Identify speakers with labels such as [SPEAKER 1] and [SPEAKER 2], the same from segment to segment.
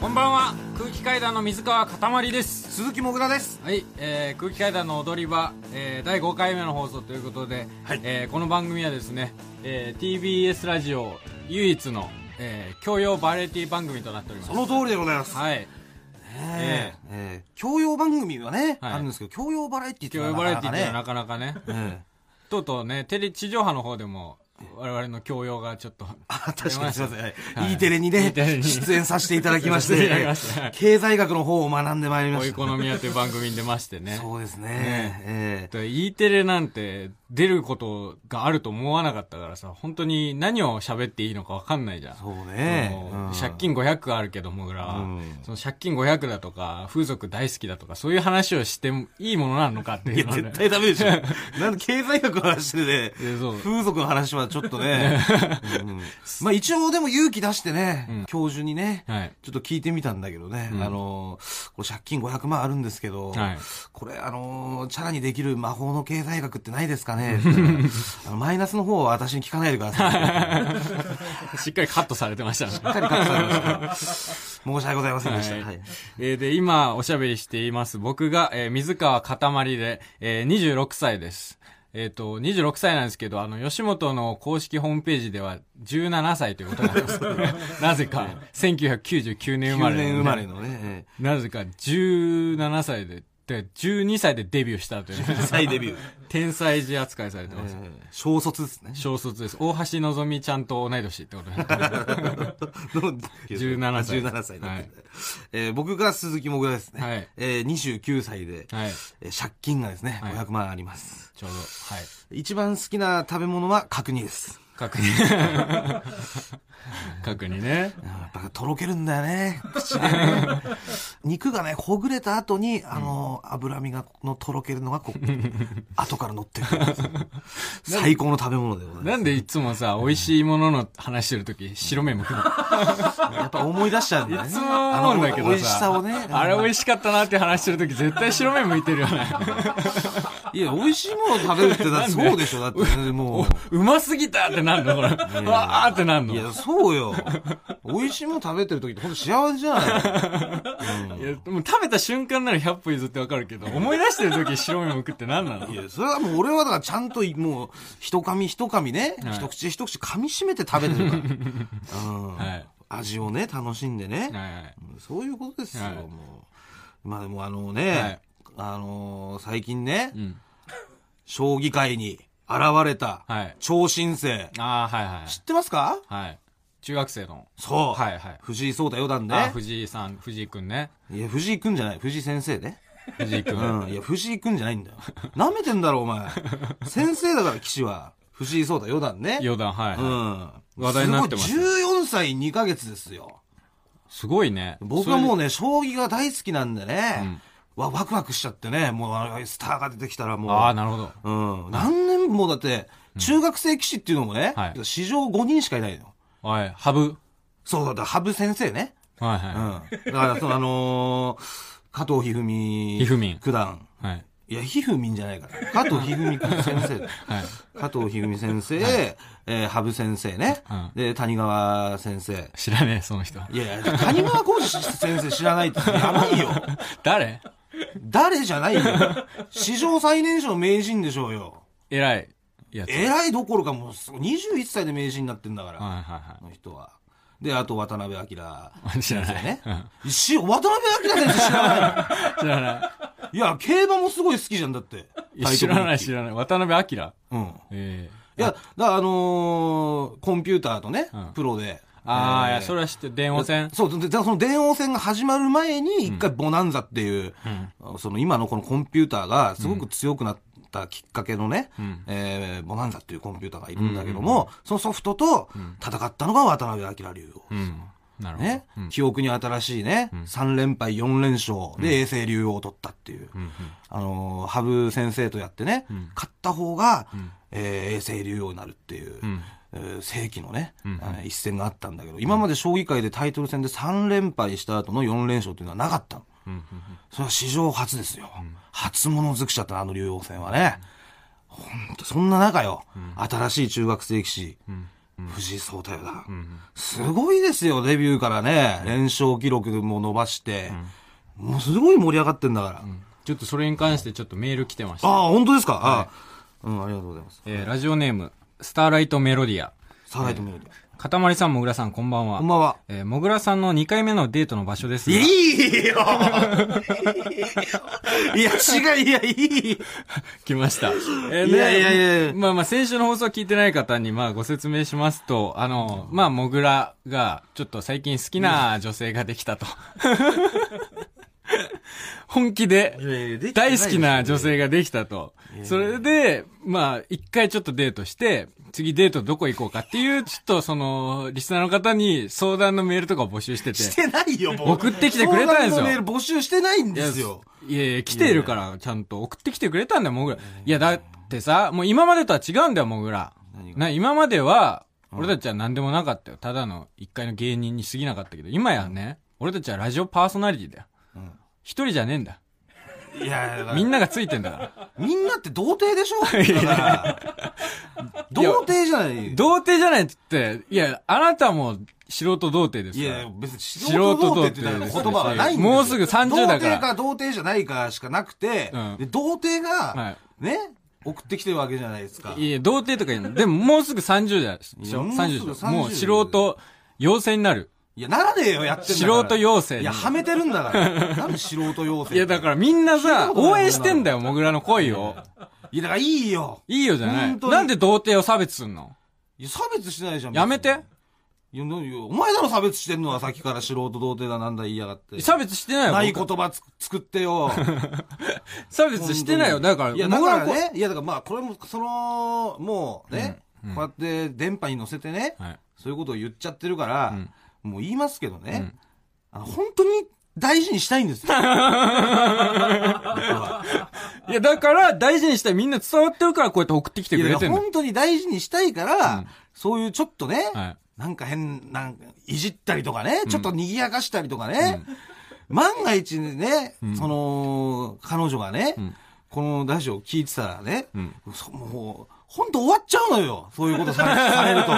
[SPEAKER 1] こんばんは空気階段の水川かたまりです
[SPEAKER 2] 鈴木もぐらです
[SPEAKER 1] はい、えー空気階段の踊り場、えー第5回目の放送ということで、
[SPEAKER 2] はい
[SPEAKER 1] えーこの番組はですね、えー TBS ラジオ唯一の、えー教養バラエティ番組となっております
[SPEAKER 2] その通りでございます、
[SPEAKER 1] はい
[SPEAKER 2] ええええ教養番組はね、
[SPEAKER 1] はい
[SPEAKER 2] あるんですけど教養バラエティって
[SPEAKER 1] 教
[SPEAKER 2] いう
[SPEAKER 1] 養
[SPEAKER 2] の
[SPEAKER 1] バ
[SPEAKER 2] は
[SPEAKER 1] ラエ
[SPEAKER 2] な
[SPEAKER 1] テ
[SPEAKER 2] か
[SPEAKER 1] ィ
[SPEAKER 2] な
[SPEAKER 1] っ
[SPEAKER 2] か
[SPEAKER 1] ていうのは
[SPEAKER 2] ね
[SPEAKER 1] なかなかね
[SPEAKER 2] ええ
[SPEAKER 1] とうとうねテレ地上波の方でも我々の教養がちょっと
[SPEAKER 2] あ確かにすいません、はい
[SPEAKER 1] はい
[SPEAKER 2] E テレに
[SPEAKER 1] E
[SPEAKER 2] ね
[SPEAKER 1] テレに
[SPEAKER 2] 出演させていただきま し
[SPEAKER 1] 出
[SPEAKER 2] て
[SPEAKER 1] 演させていただきましたはい
[SPEAKER 2] 経済学の方を学んでまいりま
[SPEAKER 1] お
[SPEAKER 2] し
[SPEAKER 1] イ
[SPEAKER 2] た
[SPEAKER 1] コノミアという番組に出ましてね
[SPEAKER 2] そうですね
[SPEAKER 1] ね
[SPEAKER 2] ええ
[SPEAKER 1] で E テレなんて出ることがあると思わなかったからさ本当に何を喋っていいのか分かんないじゃん
[SPEAKER 2] そうね
[SPEAKER 1] もう
[SPEAKER 2] うん
[SPEAKER 1] 借金500あるけどもぐらは、
[SPEAKER 2] うん
[SPEAKER 1] その借金500だとか風俗大好きだとかそういう話をしてもいいものなのかって
[SPEAKER 2] い
[SPEAKER 1] い
[SPEAKER 2] や
[SPEAKER 1] うのはね
[SPEAKER 2] 絶対ダメでしょなんで経済学の話でね
[SPEAKER 1] いやそう
[SPEAKER 2] 風俗の話はちょっとね、うんまあ一応でも勇気出してね、
[SPEAKER 1] うん
[SPEAKER 2] 教授にね、
[SPEAKER 1] はい
[SPEAKER 2] ちょっと聞いてみたんだけどね、
[SPEAKER 1] うん
[SPEAKER 2] あのーこれ借金500万あるんですけど、
[SPEAKER 1] はい
[SPEAKER 2] これあのーチャラにできる魔法の経済学ってないです かねって言ったらあのマイナスの方は私に聞かないでく ださい。
[SPEAKER 1] しっかりカットされてましたね
[SPEAKER 2] しっかり隠されました申し訳ございませんでした。
[SPEAKER 1] はい
[SPEAKER 2] はい
[SPEAKER 1] えーで、今、おしゃべりしています。僕が、えー水川かたまりで、えー26歳です。えっ、と、26歳なんですけど、あの、吉本の公式ホームページでは17歳ということなんですけ ど、なぜか、1999年生ま
[SPEAKER 2] 9
[SPEAKER 1] れ、
[SPEAKER 2] 年生まれ。のね、
[SPEAKER 1] なぜか、17歳で、で、12歳でデビューしたという、
[SPEAKER 2] 再デビュー、
[SPEAKER 1] 天才児扱いされて
[SPEAKER 2] え
[SPEAKER 1] ます。
[SPEAKER 2] ー小卒で すね。
[SPEAKER 1] 小卒です。大橋のぞみちゃんと同い年ってことになってます
[SPEAKER 2] の
[SPEAKER 1] 17歳
[SPEAKER 2] 17歳だった、
[SPEAKER 1] はい
[SPEAKER 2] えー僕が鈴木もぐらですね。
[SPEAKER 1] はい
[SPEAKER 2] えー、29歳で、
[SPEAKER 1] はい。
[SPEAKER 2] えー借金がですね、
[SPEAKER 1] はい
[SPEAKER 2] 500万あります。
[SPEAKER 1] ちょうど、はい。
[SPEAKER 2] 一番好きな食べ物は角煮です。
[SPEAKER 1] 確認。 確認ね。
[SPEAKER 2] うんやっぱとろけるんだよね。 口でね。肉がね、ほぐれた後に、あの、脂身が、のとろけるのが、こ う、後から乗ってくるんですよ。最高の食べ物でございます。
[SPEAKER 1] なんでいつもさ、美味しいものの話してるとき、白目向くのい
[SPEAKER 2] やっぱ思い出しちゃうんだよね。
[SPEAKER 1] つも思うんだけどさ。
[SPEAKER 2] あの美味しさをね。
[SPEAKER 1] あれ美味しかったなって話してるとき、絶対白目向いてるよ ね。
[SPEAKER 2] いや、美味しいものを食べるってだって、そうでしょ。だってね、も う。
[SPEAKER 1] うますぎたってなんのこれ。わーってなんの。
[SPEAKER 2] い
[SPEAKER 1] いや
[SPEAKER 2] や、、そうよ。美味しいもの食べてる時って本当幸せじゃない
[SPEAKER 1] でも食べた瞬間なら100歩譲ってわかるけど、思い出してるとき白目向くってなんなの
[SPEAKER 2] の。いや、それはもう俺はだからちゃんとい、もう、一噛み一噛みね、
[SPEAKER 1] はい
[SPEAKER 2] 一口一口噛み締めて食べてるから。う ん、
[SPEAKER 1] はい
[SPEAKER 2] 味をね、楽しんでね。
[SPEAKER 1] はいはい。
[SPEAKER 2] うんそういうことですよ、
[SPEAKER 1] はい
[SPEAKER 2] もう。まあでもあのね、
[SPEAKER 1] はい
[SPEAKER 2] あのー最近ね、
[SPEAKER 1] うん。
[SPEAKER 2] 将棋界に現れた、
[SPEAKER 1] はい
[SPEAKER 2] 超新星。
[SPEAKER 1] あー、はいはい
[SPEAKER 2] 知ってますか
[SPEAKER 1] はい。はい。中学生の。
[SPEAKER 2] そう。
[SPEAKER 1] はいはい
[SPEAKER 2] 藤井聡太四段
[SPEAKER 1] あー、
[SPEAKER 2] ね。
[SPEAKER 1] 藤井さん、藤井くんね。
[SPEAKER 2] いや、藤井くんじゃない。藤井先生ね。
[SPEAKER 1] 藤井くん。
[SPEAKER 2] うん。いや、藤井くんじゃないんだよ。舐めてんだろ、お前。先生だから、騎士は。藤井聡太四段ね。
[SPEAKER 1] 余談、はい、
[SPEAKER 2] う
[SPEAKER 1] はい
[SPEAKER 2] ん。
[SPEAKER 1] 話題になってます
[SPEAKER 2] ごい14歳2ヶ月ですよ。
[SPEAKER 1] すごいね。
[SPEAKER 2] 僕はも
[SPEAKER 1] う、
[SPEAKER 2] うね、将棋が大好きなんでね。わ、ワクワクしちゃってね。もうあの、スターが出てきたらもう。
[SPEAKER 1] ああ、なるほど。
[SPEAKER 2] うん。何年もだって、中学生騎士っていうのもね、
[SPEAKER 1] はい
[SPEAKER 2] 史上5人しかいないの。
[SPEAKER 1] はい、ハブ。
[SPEAKER 2] そうだ、だから羽生先生ね。
[SPEAKER 1] はい
[SPEAKER 2] うん。
[SPEAKER 1] は
[SPEAKER 2] だから、その、あのー加藤一二
[SPEAKER 1] 一二三
[SPEAKER 2] 九段。
[SPEAKER 1] い。はい。
[SPEAKER 2] いや、ひふみんじゃないから。加藤ひふみ先生だ。
[SPEAKER 1] はい。
[SPEAKER 2] 加藤ひふみ先生、えー、羽生先生ね、
[SPEAKER 1] うん
[SPEAKER 2] で、谷川先生。
[SPEAKER 1] 知らねえ、その人。
[SPEAKER 2] いやいや、谷川浩司先生知らないってやばいよ。
[SPEAKER 1] 誰
[SPEAKER 2] 誰じゃないよ。史上最年少の名人でしょうよ。
[SPEAKER 1] 偉いやつ。はい
[SPEAKER 2] 偉いどころかもうすごい、21歳で名人になってんだから、
[SPEAKER 1] はい
[SPEAKER 2] あの人は。で、あと渡辺明
[SPEAKER 1] はい。知ら
[SPEAKER 2] 先生
[SPEAKER 1] ない。
[SPEAKER 2] ね
[SPEAKER 1] う。ん
[SPEAKER 2] し渡辺明先生知らない
[SPEAKER 1] 知らない
[SPEAKER 2] のいや、競馬もすごい好きじゃんだって。
[SPEAKER 1] いや。知らない、
[SPEAKER 2] し
[SPEAKER 1] 知らない。渡辺明。
[SPEAKER 2] うん。
[SPEAKER 1] ええ。
[SPEAKER 2] いや、だからあのーコンピューターとね、
[SPEAKER 1] うん
[SPEAKER 2] プロで。
[SPEAKER 1] ああ、い
[SPEAKER 2] えー
[SPEAKER 1] や、それは知ってる、電話線。
[SPEAKER 2] そう、で、でその電王戦が始まる前に、一回ボナンザっていう、その今のこのコンピューターがすごく強くなったきっかけのね、
[SPEAKER 1] ん
[SPEAKER 2] えーボナンザっていうコンピューターがいるんだけども、そのソフトと戦ったのが渡辺明竜王。
[SPEAKER 1] うん。なるほど。
[SPEAKER 2] ね、記憶に新しいね、3連敗4連勝で永世竜王を取ったっていう、あのー羽生先生とやってね、勝った方が、えー永世竜王になるっていう、えー世紀のね、あの一戦があったんだけど、今まで将棋界でタイトル戦で3連敗した後の4連勝っていうのはなかったの。それは史上初ですよ。初物尽くしだったなあの竜王戦はね。ほんと、そんな中よ、新しい中学生棋士、藤井聡太四段。すごいですよ、デビューからね。連勝記録も伸ばして。もうすごい盛り上がってんだから。
[SPEAKER 1] ちょっとそれに関してちょっとメール来てました。
[SPEAKER 2] ああ、本当ですか、ああうん、ありがとうございます。
[SPEAKER 1] えーラジオネーム、スターライトメロディア。
[SPEAKER 2] サライトメロディ。
[SPEAKER 1] かたまりさん、もぐらさん、こんばんは。
[SPEAKER 2] こんばんは。
[SPEAKER 1] えーもぐらさんの2回目のデートの場所ですが。
[SPEAKER 2] いよいや、違う、いや、いい。
[SPEAKER 1] 来ました。え
[SPEAKER 2] いやいやいやいや
[SPEAKER 1] まあまあ、先週の放送聞いてない方に、まあ、ご説明しますと、あの、まあ、もぐらが、ちょっと最近好きな女性ができた と。本気で、 大好きな女性ができたと。それで、まあ、一回ちょっとデートして、次デートどこ行こうかっていう、ちょっとその、リスナーの方に相談のメールとかを募集してて。
[SPEAKER 2] してないよ、もう
[SPEAKER 1] 送ってきてくれたんですよ
[SPEAKER 2] 相談のメール募集してないん
[SPEAKER 1] い
[SPEAKER 2] で
[SPEAKER 1] や
[SPEAKER 2] すよ。。
[SPEAKER 1] いやいや、来てるから、ちゃんと送ってきてくれたんだよ、モグラ。いや、だってさ、もう今までとは違うんだよ、モグラ。
[SPEAKER 2] 何が
[SPEAKER 1] な、今までは、俺たちは何でもなかったよ。ただの一回の芸人に過ぎなかったけど、今やね、俺たちはラジオパーソナリティだよ。一人じゃねえんだ。
[SPEAKER 2] いや、だから
[SPEAKER 1] みんながついてんだから。
[SPEAKER 2] みんなって童貞でしょ だから童貞じゃない。
[SPEAKER 1] 童貞じゃないっつって、いや、あなたも素人童貞です
[SPEAKER 2] い
[SPEAKER 1] か
[SPEAKER 2] や
[SPEAKER 1] ら。
[SPEAKER 2] いや、別に素
[SPEAKER 1] 素人
[SPEAKER 2] 人
[SPEAKER 1] 童
[SPEAKER 2] 童
[SPEAKER 1] 貞
[SPEAKER 2] 貞
[SPEAKER 1] っ
[SPEAKER 2] ってて
[SPEAKER 1] いう
[SPEAKER 2] 言ったら言葉はないんですよ
[SPEAKER 1] もうすぐ30だから
[SPEAKER 2] 童貞か童貞じゃないかしかなくて
[SPEAKER 1] うん、
[SPEAKER 2] で童貞
[SPEAKER 1] はい
[SPEAKER 2] が、ね、送ってきてるわけじゃないですか。
[SPEAKER 1] いや、童貞とか言うの。でも、もうすぐ30でしょ
[SPEAKER 2] いやもうすぐ
[SPEAKER 1] ?30 でしょ
[SPEAKER 2] 30
[SPEAKER 1] もう素人、妖精になる。
[SPEAKER 2] いや、ならねえよ、やってんだか
[SPEAKER 1] 素
[SPEAKER 2] ら。
[SPEAKER 1] 人養成
[SPEAKER 2] いや、はめてるんだから。なんで素人養成。
[SPEAKER 1] いや、だかららみんな
[SPEAKER 2] 聞い
[SPEAKER 1] さ
[SPEAKER 2] た、ことない
[SPEAKER 1] 応援してんだよ、モグラの恋を。
[SPEAKER 2] いや、だからいいよ。
[SPEAKER 1] いいよじゃない。
[SPEAKER 2] 本当に
[SPEAKER 1] なんで童貞を差別すんの
[SPEAKER 2] いや、差別してないじゃん。
[SPEAKER 1] やめて。
[SPEAKER 2] いや、なんよお前だろ差別してんのはさっきから素人童貞だなんだ言いやがって。
[SPEAKER 1] 差別してないよ。
[SPEAKER 2] ない
[SPEAKER 1] 僕
[SPEAKER 2] 言葉つ作って よ。
[SPEAKER 1] 差別してないよ。だから、
[SPEAKER 2] いや、
[SPEAKER 1] モ
[SPEAKER 2] だ
[SPEAKER 1] グ
[SPEAKER 2] か
[SPEAKER 1] ラ
[SPEAKER 2] ら
[SPEAKER 1] の恋。
[SPEAKER 2] ね。いや、だからまあ、これも、その、もうね、こうやって電波に乗せてね、
[SPEAKER 1] はい
[SPEAKER 2] そういうことを言っちゃってるから、もう言いますけどね、あの本当に大事にしたいんで すよ。
[SPEAKER 1] いや、だから、大事にしたい。みんな伝わってるから、こうやって送ってきて
[SPEAKER 2] い
[SPEAKER 1] く
[SPEAKER 2] や、
[SPEAKER 1] れ
[SPEAKER 2] だか
[SPEAKER 1] て
[SPEAKER 2] ら
[SPEAKER 1] んの。
[SPEAKER 2] 本当に大事にしたいから、そういうちょっとね、
[SPEAKER 1] はい
[SPEAKER 2] なんか変、なんか、いじったりとかね、ちょっと賑やかしたりとかね、万が一ね、その、彼女がね、このラジオ聞いてたらね、そもう、本当終わっちゃうのよ。そういうことさされると。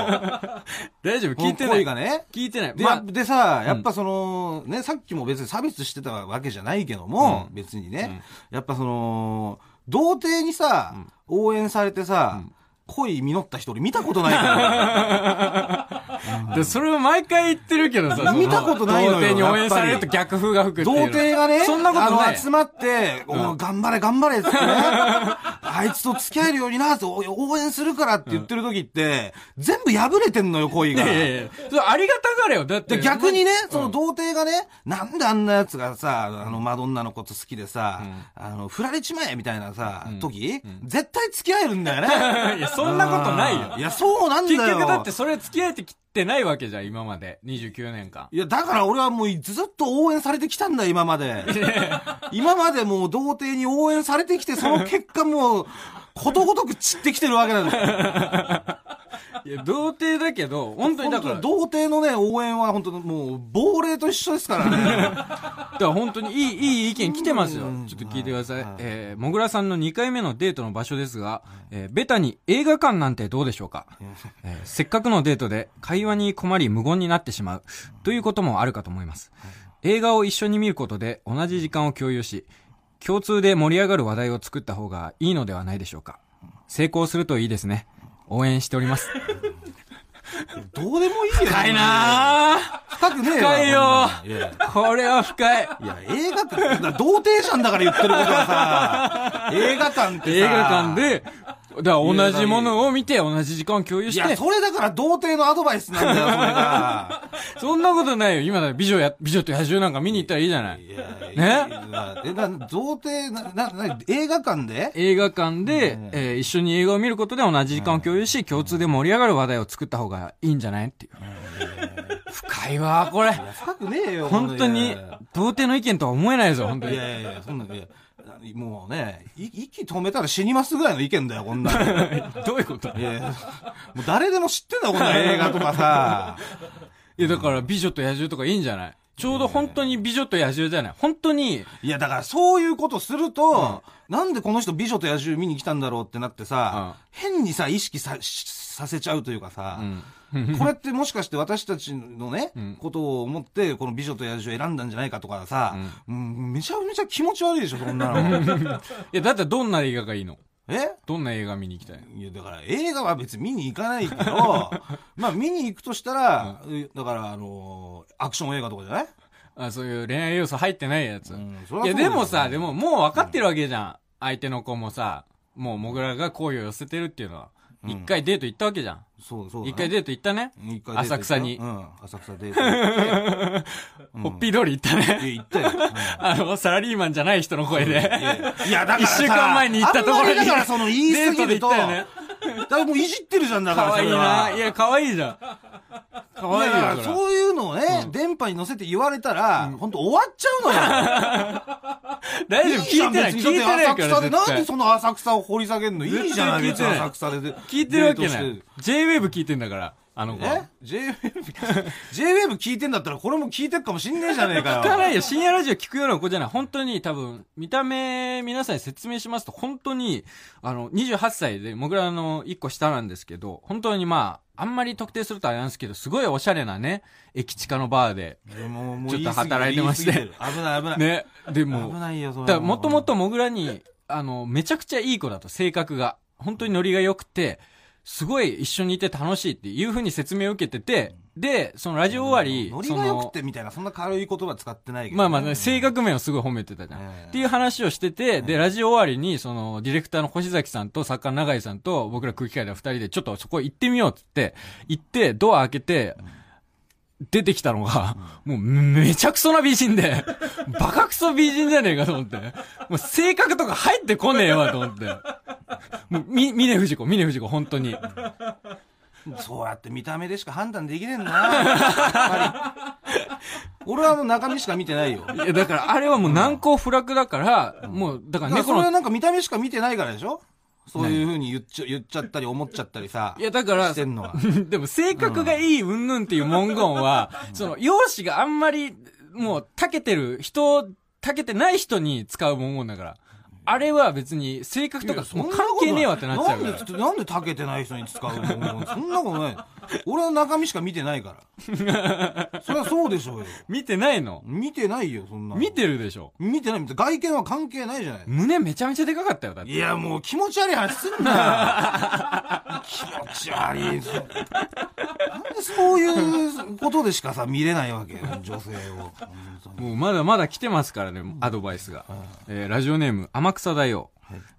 [SPEAKER 1] 大丈夫、 聞いてない。
[SPEAKER 2] この声がね。
[SPEAKER 1] 聞いてない。
[SPEAKER 2] で,、
[SPEAKER 1] まあ、
[SPEAKER 2] でさ、やっぱその、ね、さっきも別に差別してたわけじゃないけども、別にね、やっぱその、童貞にさ、応援されてさ、恋実った人俺見たことないから。
[SPEAKER 1] でそれを毎回言ってるけどさ、
[SPEAKER 2] 見たことない
[SPEAKER 1] 童
[SPEAKER 2] のよ
[SPEAKER 1] 貞に応援されると逆風が吹くっていうの
[SPEAKER 2] 童貞がね、
[SPEAKER 1] そんなことな
[SPEAKER 2] あ
[SPEAKER 1] い
[SPEAKER 2] の。集まって、おう頑張れ頑張れっつってね、 あいつと付き合えるようになって、お応援するからって言ってる時って、全部破れてんのよ、恋が。
[SPEAKER 1] いやいやいやそれありがたがれよ。だって。
[SPEAKER 2] で、逆にね、その童貞がね、なんであんな奴がさ、あの、マドンナのこと好きでさ、あの、振られちまえみたいなさ、時、絶対付き合えるんだよね。
[SPEAKER 1] いや、 そんなことない
[SPEAKER 2] うんい
[SPEAKER 1] よ。
[SPEAKER 2] や、そうなんだ
[SPEAKER 1] 結
[SPEAKER 2] よ。
[SPEAKER 1] 局だって、それ付き合えてきてないわけじゃん、今まで。29年間。
[SPEAKER 2] いや、だから俺はもうずっと応援されてきたんだ、今 まで。今までもう童貞に応援されてきて、その結果もう、ことごとく散ってきてるわけ なんだよ。
[SPEAKER 1] いや、童貞だけど、本当にだ
[SPEAKER 2] 本
[SPEAKER 1] から、
[SPEAKER 2] 当
[SPEAKER 1] だ
[SPEAKER 2] に
[SPEAKER 1] か
[SPEAKER 2] 童貞のね、応援は本当にもう、亡霊と一緒ですから ね。
[SPEAKER 1] ら本当にいい、いい意見来てますよ。ちょっと聞いてください。えー、もぐらさんの2回目のデートの場所ですが、えー、ベタに映画館なんてどうでしょうか、えーせっかくのデートで会話に困り無言になってしまう、ということもあるかと思います。映画を一緒に見ることで同じ時間を共有し、共通で盛り上がる話題を作った方がいいのではないでしょうか成功するといいですね。応援しております。
[SPEAKER 2] どうでもいいよ。
[SPEAKER 1] 深いなぁ
[SPEAKER 2] 深くねえわ
[SPEAKER 1] 深いよ
[SPEAKER 2] こんなのいや
[SPEAKER 1] これは深い。
[SPEAKER 2] いや、映画館って、だから童貞じゃんだから言ってるこ とはさ、映画館って さ
[SPEAKER 1] 映画館、で、だから同じものを見て、同じ時間を共有
[SPEAKER 2] い
[SPEAKER 1] し
[SPEAKER 2] や、
[SPEAKER 1] て、
[SPEAKER 2] それだから童貞のアドバイスなんだよ、それが。
[SPEAKER 1] そんなことないよ。今だ、美女や、美女と野獣なんか見に行ったらいいじゃない。
[SPEAKER 2] いや
[SPEAKER 1] ね
[SPEAKER 2] え、な、童貞、な、な、な映画館で
[SPEAKER 1] 映画館で、えー一緒に映画を見ることで同じ時間を共有し、共通で盛り上がる話題を作った方がいいんじゃないっていう。深いわ、これ。
[SPEAKER 2] 深くねえよ。
[SPEAKER 1] 本当
[SPEAKER 2] い
[SPEAKER 1] に
[SPEAKER 2] や、
[SPEAKER 1] 童貞の意見とは思えないぞ、本当
[SPEAKER 2] い
[SPEAKER 1] に。
[SPEAKER 2] やいや、そんな、いや、もうね、い息止めたら死にますぐらいの意見だよ、こんなの。
[SPEAKER 1] どういうこと
[SPEAKER 2] いやいや、もう誰でも知ってんだよ、こんな映画とかさ。
[SPEAKER 1] いや、だから、美女と野獣とかいいんじゃないちょうど本当に美女と野獣じゃない。本当に、
[SPEAKER 2] いや、だからそういうことすると、なんでこの人美女と野獣見に来たんだろうってなってさ、変にさ、意識さ、しさせちゃうというかさ、これってもしかして私たちのね、ことを思って、この美女と野獣を選んだんじゃないかとかさ、うんめちゃめちゃ気持ち悪いでしょ、そんな の。
[SPEAKER 1] いや、だったらどんな映画がいいの
[SPEAKER 2] え
[SPEAKER 1] どんな映画見に行きたいの
[SPEAKER 2] いや、だから映画は別に見に行かないけ ど、まあ見に行くとしたら、だからあのーアクション映画とかじゃない
[SPEAKER 1] あそういう恋愛要素入ってないやつ。
[SPEAKER 2] うんそりゃそう
[SPEAKER 1] い
[SPEAKER 2] だ
[SPEAKER 1] や、
[SPEAKER 2] よ
[SPEAKER 1] でもさ、でももう分かってるわけじゃん。相手の子もさ、もうモグラが好意を寄せてるっていうのは。
[SPEAKER 2] うん
[SPEAKER 1] 一、回デート行ったわけじゃん。
[SPEAKER 2] そうそうだね
[SPEAKER 1] 一回デート行ったね。
[SPEAKER 2] うん一回デート行った
[SPEAKER 1] 浅草に
[SPEAKER 2] う。ん、浅草デート行って。うん
[SPEAKER 1] ホッピー通り行ったね。
[SPEAKER 2] いや、行ったよ。
[SPEAKER 1] あの、サラリーマンじゃない人の声
[SPEAKER 2] い
[SPEAKER 1] で。
[SPEAKER 2] や いや、だからさ。
[SPEAKER 1] 一週間前に行ったところに
[SPEAKER 2] あんまりだからその言い過ぎると。
[SPEAKER 1] デートで行
[SPEAKER 2] だからもういじってるじゃん、だから
[SPEAKER 1] 可
[SPEAKER 2] そ
[SPEAKER 1] 愛い
[SPEAKER 2] れは。
[SPEAKER 1] な。いや、可愛いじゃん。可
[SPEAKER 2] い
[SPEAKER 1] 愛い
[SPEAKER 2] やだから
[SPEAKER 1] よ、そ
[SPEAKER 2] そういうのをね、電波に乗せて言われたら、本当終わっちゃう のよ。
[SPEAKER 1] れ大丈夫、聞いてない。聞いてないか
[SPEAKER 2] 浅草
[SPEAKER 1] ら。
[SPEAKER 2] で、
[SPEAKER 1] 絶
[SPEAKER 2] なん
[SPEAKER 1] 対
[SPEAKER 2] でその浅草を掘り下げんのいいじゃない、
[SPEAKER 1] 絶対聞
[SPEAKER 2] 別に
[SPEAKER 1] いてない
[SPEAKER 2] 浅草で。
[SPEAKER 1] 聞いてるわけ
[SPEAKER 2] デー
[SPEAKER 1] な
[SPEAKER 2] トし
[SPEAKER 1] い
[SPEAKER 2] て。
[SPEAKER 1] J-Wave 聞いてんだから、あの子。
[SPEAKER 2] え ?JWave、JWave 聞いてんだったらこれも聞いてるかもしんねえじゃねえか
[SPEAKER 1] 聞
[SPEAKER 2] よ。
[SPEAKER 1] かないよ。深夜ラジオ聞くような子じゃない。本当に多分、見た目、皆さんに説明しますと、本当に、あの、28歳で、僕らの1個下なんですけど、本当にまあ、あんまり特定するとあれなんですけど、すごいおしゃれなね、駅地下のバーで。
[SPEAKER 2] いやもう、もう
[SPEAKER 1] ちょっと
[SPEAKER 2] 言い過ぎる
[SPEAKER 1] 働いてまして
[SPEAKER 2] 言い過ぎる危ない危ない。
[SPEAKER 1] ね。で
[SPEAKER 2] 危
[SPEAKER 1] も、
[SPEAKER 2] ないよ、それは。
[SPEAKER 1] だからもともとモグラに、あの、めちゃくちゃいい子だと、性格が。本当にノリが良くて、すごい一緒にいて楽しいっていう風に説明を受けてて、で、そのラジオ終わり、
[SPEAKER 2] ノリ
[SPEAKER 1] そ
[SPEAKER 2] が
[SPEAKER 1] の
[SPEAKER 2] 良くてみたいな、そんな軽い言葉使ってないけどね。
[SPEAKER 1] まあまあ、ね、性格面をすごい褒めてたじゃん。
[SPEAKER 2] ええ
[SPEAKER 1] っていう話をしてて、で、ラジオ終わりに、その、ディレクターの星崎さんと作家の永井さんと、僕ら空気階段二人で、ちょっとそこ行ってみようってって、行って、ドア開けて、出てきたのが、もうめちゃくそな美人で、 バカくそ美人じゃねえかと思って、もう性格とか入ってこねえわと思って、もう、み、峰不二子、峰不二子、本当に。
[SPEAKER 2] そうやって見た目でしか判断できねえんだな。やっぱ り俺はあの中身しか見てないよ。
[SPEAKER 1] いや、だから、あれはもう難攻不落だから、もう、だか
[SPEAKER 2] だ
[SPEAKER 1] ら猫
[SPEAKER 2] からそれ
[SPEAKER 1] の
[SPEAKER 2] はなんか見た目しか見てないからでしょそういうふうに言っちゃ言っちゃったり思っちゃったりさ。
[SPEAKER 1] いや、だから、
[SPEAKER 2] してんのは
[SPEAKER 1] でも性格がいい云々っていう文言は、その、容姿があんまり、もう、たけてる人、たけてない人に使う文言だから。あれは別に、性格とか、もう関係ねえわってなっちゃうか
[SPEAKER 2] なんでつって、なんでたけてない人に使うのもうそんなことない。俺は中身しか見てないから。そりゃそうでしょうよ。
[SPEAKER 1] ら。見てないの
[SPEAKER 2] 見てないよ、そんなの
[SPEAKER 1] 見てるでしょ。
[SPEAKER 2] 見てない。外見は関係ないじゃない。
[SPEAKER 1] 胸めちゃめちゃでかかったよ、だって。
[SPEAKER 2] いや、もう気持ち悪い話すんな よ気持ち悪い。そなんでそういうことでしかさ、見れないわけよ女性を。本当に
[SPEAKER 1] もうまだまだ来てますからね、アドバイスが。えーラジオネーム、天草大王。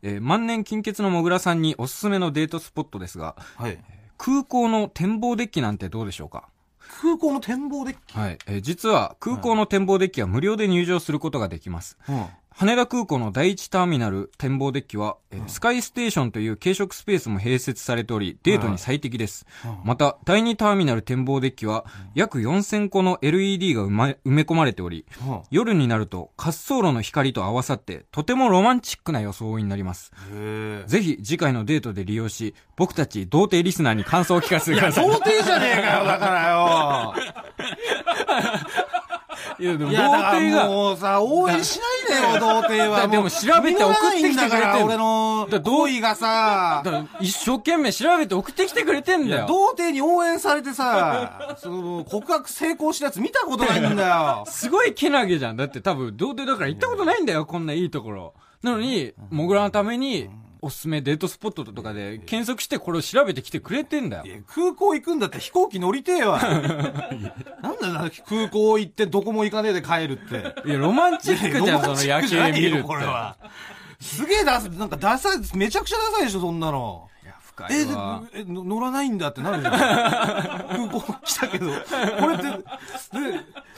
[SPEAKER 1] えー万年金欠のもぐらさんにおすすめのデートスポットですが、
[SPEAKER 2] はい。
[SPEAKER 1] 空港の展望デッキなんてどうでしょうか
[SPEAKER 2] 空港の展望デッキ。
[SPEAKER 1] はい。えー実は空港の展望デッキは無料で入場することができます。
[SPEAKER 2] うん。
[SPEAKER 1] 羽田空港の第一ターミナル展望デッキは、えースカイステーションという軽食スペースも併設されており、デートに最適です。また、第二ターミナル展望デッキは、約4000個の LED が埋ま埋め込まれており、夜になると滑走路の光と合わさって、とてもロマンチックな装いになります。
[SPEAKER 2] へえ。
[SPEAKER 1] ぜひ次回のデートで利用し、僕たち童貞リスナーに感想を聞かせてください。
[SPEAKER 2] 童貞じゃねえかよ、だからよ。
[SPEAKER 1] いや、でも
[SPEAKER 2] いや、だからもうさ、応援しないでよ、童貞
[SPEAKER 1] だ
[SPEAKER 2] は。
[SPEAKER 1] でも調べて送ってきてくれてんの
[SPEAKER 2] だから、俺の
[SPEAKER 1] だどう
[SPEAKER 2] 行為がさ、
[SPEAKER 1] だから一生懸命調べて送ってきてくれてんだよ。
[SPEAKER 2] 童貞に応援されてさ、その、告白成功したやつ見たことないんだよ。
[SPEAKER 1] すごいけなげじゃん。だって多分、童貞だから行ったことないんだよ、こんないいところ。なのに、モグラのために、おすすめデートスポットとかで検索してこれを調べてきてくれてんだよ
[SPEAKER 2] い。や空港行くんだったら飛行機乗りてえ わ。なんだよな、空港行ってどこも行かねえで帰るって。
[SPEAKER 1] いや、ロマンチックじゃん、その
[SPEAKER 2] い
[SPEAKER 1] 夜
[SPEAKER 2] やロマンチックじ
[SPEAKER 1] 景
[SPEAKER 2] ゃない
[SPEAKER 1] 見
[SPEAKER 2] よ
[SPEAKER 1] るって。
[SPEAKER 2] これは。すげえダサい、なんかダサい、めちゃくちゃダサいでしょ、そんなの。
[SPEAKER 1] いや、深
[SPEAKER 2] え
[SPEAKER 1] いわ。
[SPEAKER 2] でえの乗らないんだってなるじゃん。空港来たけど。これって、で、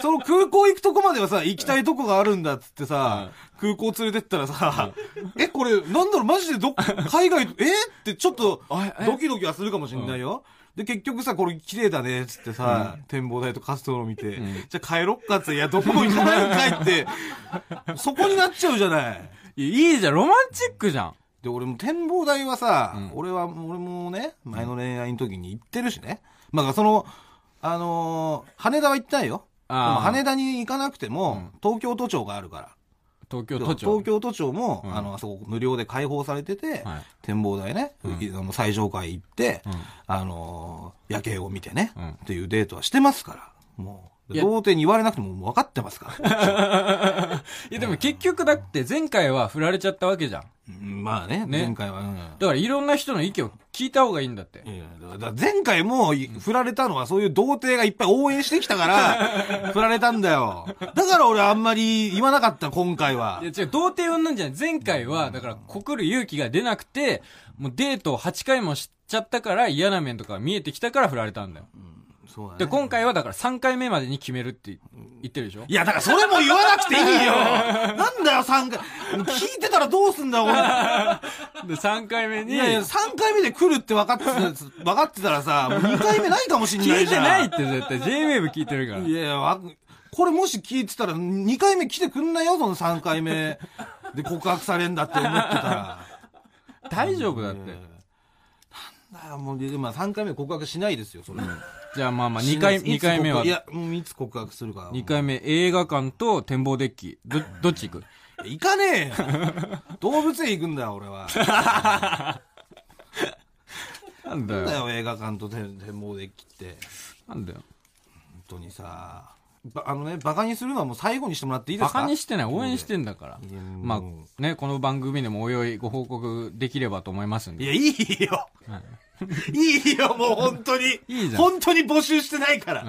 [SPEAKER 2] その空港行くとこまではさ、行きたいとこがあるんだっつってさ、空港連れてったらさ、え、これ、なんだろう、マジでどっ、海外、えってちょっと
[SPEAKER 1] あえ、
[SPEAKER 2] ドキドキはするかもしんないよ。で、結局さ、これ綺麗だね、つってさ、展望台と滑走路見て、じゃあ帰ろっかっつって、いや、どこも行かないんかいって、そこになっちゃうじゃない。
[SPEAKER 1] いやいいじゃん、ロマンチックじゃん。
[SPEAKER 2] で、俺も展望台はさ、俺は、俺もね、前の恋愛の時に行ってるしね。まあ、その、あのー羽田は行ってないよ。でも
[SPEAKER 1] あー
[SPEAKER 2] 羽田に行かなくても、東京都庁があるから。
[SPEAKER 1] 東京都庁。
[SPEAKER 2] 東京都庁も、
[SPEAKER 1] ん
[SPEAKER 2] あの、あそこ無料で開放されてて、
[SPEAKER 1] はい
[SPEAKER 2] 展望台ね、
[SPEAKER 1] ん
[SPEAKER 2] あの最上階行って、
[SPEAKER 1] ん
[SPEAKER 2] あのー夜景を見てね、
[SPEAKER 1] うん
[SPEAKER 2] っていうデートはしてますから、もう。
[SPEAKER 1] いや
[SPEAKER 2] 童貞に言われなくてももう分かってま すから。
[SPEAKER 1] いやでも結局だって前回は振られちゃったわけじゃん。
[SPEAKER 2] うんまあね、
[SPEAKER 1] ね
[SPEAKER 2] 前回は。うん
[SPEAKER 1] だからいろんな人の意見を聞いた方がいいんだって。
[SPEAKER 2] いやだから前回もい振られたのはそういう童貞がいっぱい応援してき たから、振られたんだよ。だから俺あんまり言わなかった、今回はい
[SPEAKER 1] や。違う、童貞云なんじゃない。前回は、だから告る勇気が出なくて、もうデートを8回もしちゃったから嫌な面とか見えてきたから振られたんだよ。
[SPEAKER 2] そうだね
[SPEAKER 1] で、今回はだから3回目までに決めるって言ってるでしょ
[SPEAKER 2] いや、だからそれも言わなくていい よなんだよ、3回。聞いてたらどうすんだ よ、俺。
[SPEAKER 1] で、3回目に。
[SPEAKER 2] いやいや、3回目で来るって分かってた、分かってたらさ、もう2回目ないかもしんな
[SPEAKER 1] 聞
[SPEAKER 2] い
[SPEAKER 1] い
[SPEAKER 2] じ
[SPEAKER 1] て
[SPEAKER 2] ゃん。
[SPEAKER 1] ないって絶 対 JWAVE 聞いてるから。
[SPEAKER 2] いやいや、わこれもし聞いてたら、2回目来てくんないよ、その3回目。で、告白されんだって思ってたら。
[SPEAKER 1] 大丈夫だっ
[SPEAKER 2] いやい
[SPEAKER 1] て
[SPEAKER 2] や。なんだよ、もう、でまあ3回目告白しないですよ、それ。
[SPEAKER 1] じゃあまあまあ2回、
[SPEAKER 2] しない。
[SPEAKER 1] 二回目はい
[SPEAKER 2] や、もういつ告白するか。
[SPEAKER 1] 2回目映画館と展望デッキ。ど、どっち行く
[SPEAKER 2] 行かねえよ 動物園行くんだよ、俺は。
[SPEAKER 1] なんだ
[SPEAKER 2] なんだ
[SPEAKER 1] よ。
[SPEAKER 2] よ、映画館と展展望デッキって。
[SPEAKER 1] なんだよ。
[SPEAKER 2] 本当にさ。ばあのね、バカにするのはもう最後にしてもらっていいで
[SPEAKER 1] バ
[SPEAKER 2] すか
[SPEAKER 1] カにしてない。応援してんだから
[SPEAKER 2] いや。もう
[SPEAKER 1] まあ、ね、この番組でもおいおいご報告できればと思いますん
[SPEAKER 2] い
[SPEAKER 1] で。
[SPEAKER 2] や、いいよ。いいよ、もう本当に。
[SPEAKER 1] いいじゃん
[SPEAKER 2] 本当に募集してないから。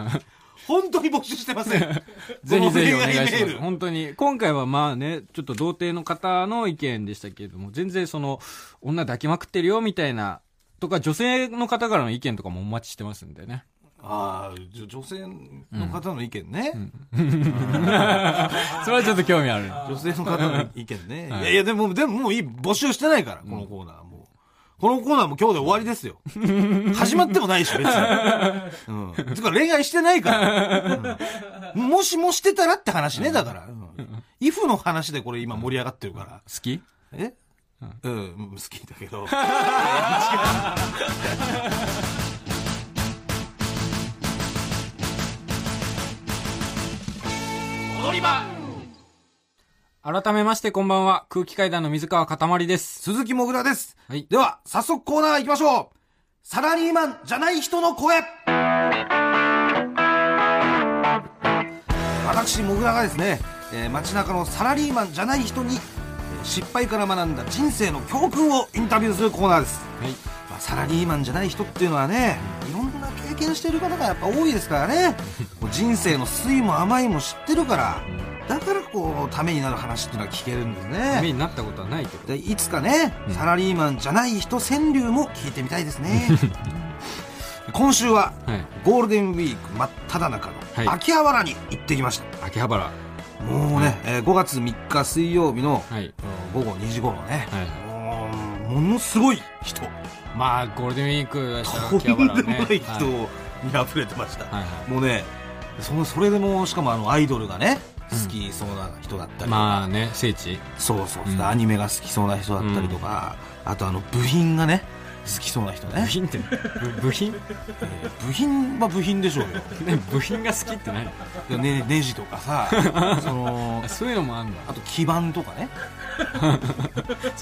[SPEAKER 2] 本当に募集してません。
[SPEAKER 1] ぜひぜひお願い
[SPEAKER 2] こ
[SPEAKER 1] し
[SPEAKER 2] の恋愛
[SPEAKER 1] ま
[SPEAKER 2] メ
[SPEAKER 1] す。
[SPEAKER 2] ール
[SPEAKER 1] 本当に。今回はまあね、ちょっと童貞の方の意見でしたけれども、全然その、女抱きまくってるよみたいな、とか女性の方からの意見とかもお待ちしてますんでね。
[SPEAKER 2] ああ、じょ女性の方の意見ね。
[SPEAKER 1] それはちょっと興味ある。
[SPEAKER 2] 女性の方の意見 ね。いやいや、でも、でももういい、募集してないから、このコーナーもう。このコーナーも今日で終わり ですよ。始まってもないし、 別に。うん。つうか恋愛してないから。うんもしもしてたらって話ね、だから。うん。イフの話でこれ今盛り上がってるから。
[SPEAKER 1] 好き
[SPEAKER 2] えうん、うん好きだけど。
[SPEAKER 1] 改めましてこんばんは。空気階段の水川かたまりです。
[SPEAKER 2] 鈴木もぐらです。
[SPEAKER 1] はい
[SPEAKER 2] では、早速コーナー行きましょう。サラリーマンじゃない人の声。私、もぐらがですね、えー街中のサラリーマンじゃない人に、えー失敗から学んだ人生の教訓をインタビューするコーナーです。
[SPEAKER 1] はい。
[SPEAKER 2] まあ、サラリーマンじゃない人っていうのはね、いろんな経験してる方がやっぱ多いですか らねもう人生の酸いも甘いも知ってるからだからこうためになる話っていうのは聞けるんですね
[SPEAKER 1] 目になったことはないけど。
[SPEAKER 2] でいつかね、サラリーマンじゃない人川柳も聞いてみたいですね今週は
[SPEAKER 1] はい。
[SPEAKER 2] ゴールデンウィーク真っ只中
[SPEAKER 1] はい
[SPEAKER 2] の秋葉原に行ってきました、
[SPEAKER 1] 秋葉原。は
[SPEAKER 2] もうね、えー5月3日水曜日の、
[SPEAKER 1] い。
[SPEAKER 2] うん午後2時頃ね、
[SPEAKER 1] はい。
[SPEAKER 2] もうものすごい人
[SPEAKER 1] まあ、ゴールデンウィークでした
[SPEAKER 2] とん
[SPEAKER 1] 秋
[SPEAKER 2] で
[SPEAKER 1] 葉
[SPEAKER 2] も
[SPEAKER 1] 原
[SPEAKER 2] な
[SPEAKER 1] はい
[SPEAKER 2] 人
[SPEAKER 1] はい
[SPEAKER 2] にあふれてました、
[SPEAKER 1] はいは
[SPEAKER 2] もうねそのそれでもしかもあのアイドルがね好きそうな人だったりとか、
[SPEAKER 1] い。まあね、聖地。
[SPEAKER 2] そうそう、
[SPEAKER 1] うん
[SPEAKER 2] アニメが好きそうな人だったりとか、あとあの部品がね好きそうな人ね、
[SPEAKER 1] 品って、部品
[SPEAKER 2] えー部品は部品でしょう
[SPEAKER 1] ね、
[SPEAKER 2] よ
[SPEAKER 1] 部品が好きって何
[SPEAKER 2] でねネジとか さその
[SPEAKER 1] あそういうのもあんだ。
[SPEAKER 2] あと基板とか ね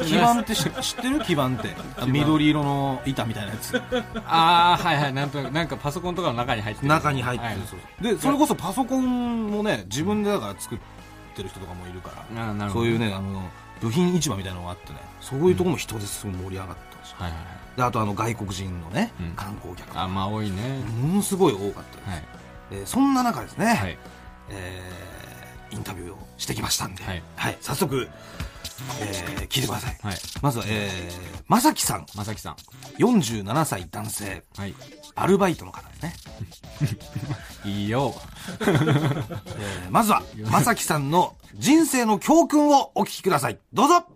[SPEAKER 2] 基板って知知ってる基板ってあの緑色の板みたいなやつ
[SPEAKER 1] ああ、はいはい、なんとなく、なんかパソコンとかの中に入ってる。
[SPEAKER 2] 中に入って
[SPEAKER 1] は
[SPEAKER 2] る
[SPEAKER 1] い、
[SPEAKER 2] そうそうでそれこそパソコンもね自分でだから作ってる人とかもいるか
[SPEAKER 1] あーな
[SPEAKER 2] ら
[SPEAKER 1] るほ
[SPEAKER 2] そ
[SPEAKER 1] ど。
[SPEAKER 2] ういうねあの部品市場みたいなのがあってねそういうとこも人ですごい盛り上がってました、
[SPEAKER 1] はいはいはい。
[SPEAKER 2] であとあの外国人のね、
[SPEAKER 1] うん
[SPEAKER 2] 観光客
[SPEAKER 1] あ、まあ多いね。
[SPEAKER 2] ものすごい多かったです、
[SPEAKER 1] はい。
[SPEAKER 2] えーそんな中ですね、
[SPEAKER 1] はい。
[SPEAKER 2] えーインタビューをしてきましたんで、
[SPEAKER 1] は
[SPEAKER 2] はいい早速、えー聞いてください、
[SPEAKER 1] はい。
[SPEAKER 2] まずは、えー、まさきさん
[SPEAKER 1] まさきさん。
[SPEAKER 2] 47歳男性
[SPEAKER 1] はい。
[SPEAKER 2] アルバイトの方ですね
[SPEAKER 1] いいよ。
[SPEAKER 2] えーまずは、まさきさんの人生の教訓をお聞きください。どうぞ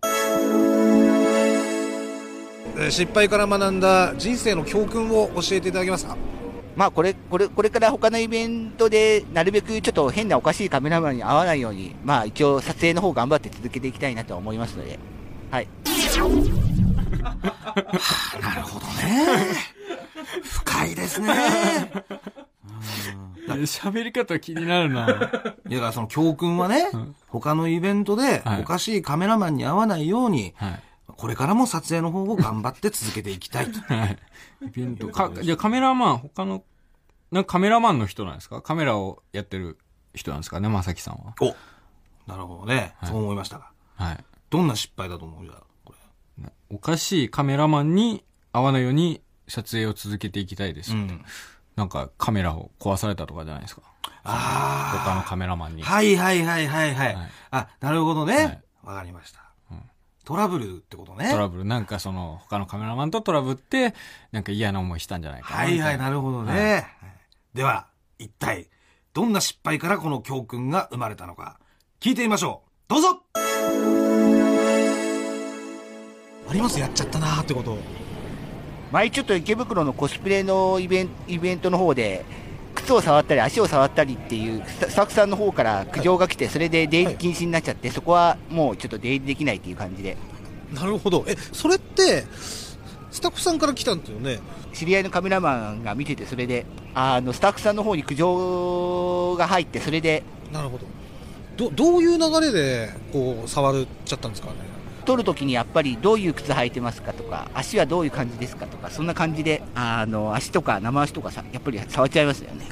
[SPEAKER 2] 失敗から学んだ人生の教訓を教えていただけますか
[SPEAKER 3] まあこれ、これ、これから他のイベントで、なるべくちょっと変なおかしいカメラマンに会わないように、まあ一応撮影の方頑張って続けていきたいなとは思いますので、はい。
[SPEAKER 2] なるほどね。深いですね。うん
[SPEAKER 1] 喋り方気になるな。
[SPEAKER 2] いやだからその教訓はね、他のイベントで
[SPEAKER 1] はい
[SPEAKER 2] おかしいカメラマンに会わないように、
[SPEAKER 1] はい。
[SPEAKER 2] これからも撮影の方を頑張って続けていきたいと。
[SPEAKER 1] はい。イベントか、じゃあカメラマン、他の、なんかカメラマンの人なんですかカメラをやってる人なんですかね、まさきさんは。
[SPEAKER 2] おなるほどね。そう思いましたが。
[SPEAKER 1] はい。
[SPEAKER 2] どんな失敗だと思うじゃあ、これ。
[SPEAKER 1] なおかしいカメラマンに合わないように撮影を続けていきたいです。
[SPEAKER 2] うん。
[SPEAKER 1] なんかカメラを壊されたとかじゃないですか。
[SPEAKER 2] あ
[SPEAKER 1] 他のカメラマンに。
[SPEAKER 2] あ。はいはいはいはいは
[SPEAKER 1] はい
[SPEAKER 2] い。あ、なるほど
[SPEAKER 1] はい
[SPEAKER 2] ね。わかりました
[SPEAKER 1] うん。
[SPEAKER 2] トラブルってことね
[SPEAKER 1] ト。ラブル。なんかその、他のカメラマンとトラブって、なんか嫌な思いしたんじゃないかな。
[SPEAKER 2] はいはい、
[SPEAKER 1] みた
[SPEAKER 2] なるほどね。
[SPEAKER 1] はい
[SPEAKER 2] はいでは、一体、どんな失敗からこの教訓が生まれたのか、聞いてみましょう。どうぞ
[SPEAKER 4] ありますやっちゃったなーってこと
[SPEAKER 3] 前ちょっと池袋のコスプレのイベンイベントの方で靴を触ったり足を触ったりっていうスタスタッフさんの方から苦情が来てそれで出入り禁止になっちゃってそこはもうちょっと出入りできないっていう感じで
[SPEAKER 4] なるほどえそれってスタッフさんから来たんだよね
[SPEAKER 3] 知り合いのカメラマンが見ててそれであのスタッフさんの方に苦情が入ってそれで
[SPEAKER 4] なるほどどどういう流れでこう触っちゃったんですかね
[SPEAKER 3] 撮るときにやっぱりどういう靴履いてますかとか足はどういう感じですかとかそんな感じであの足とか生足とかさやっぱり触っちゃいますよね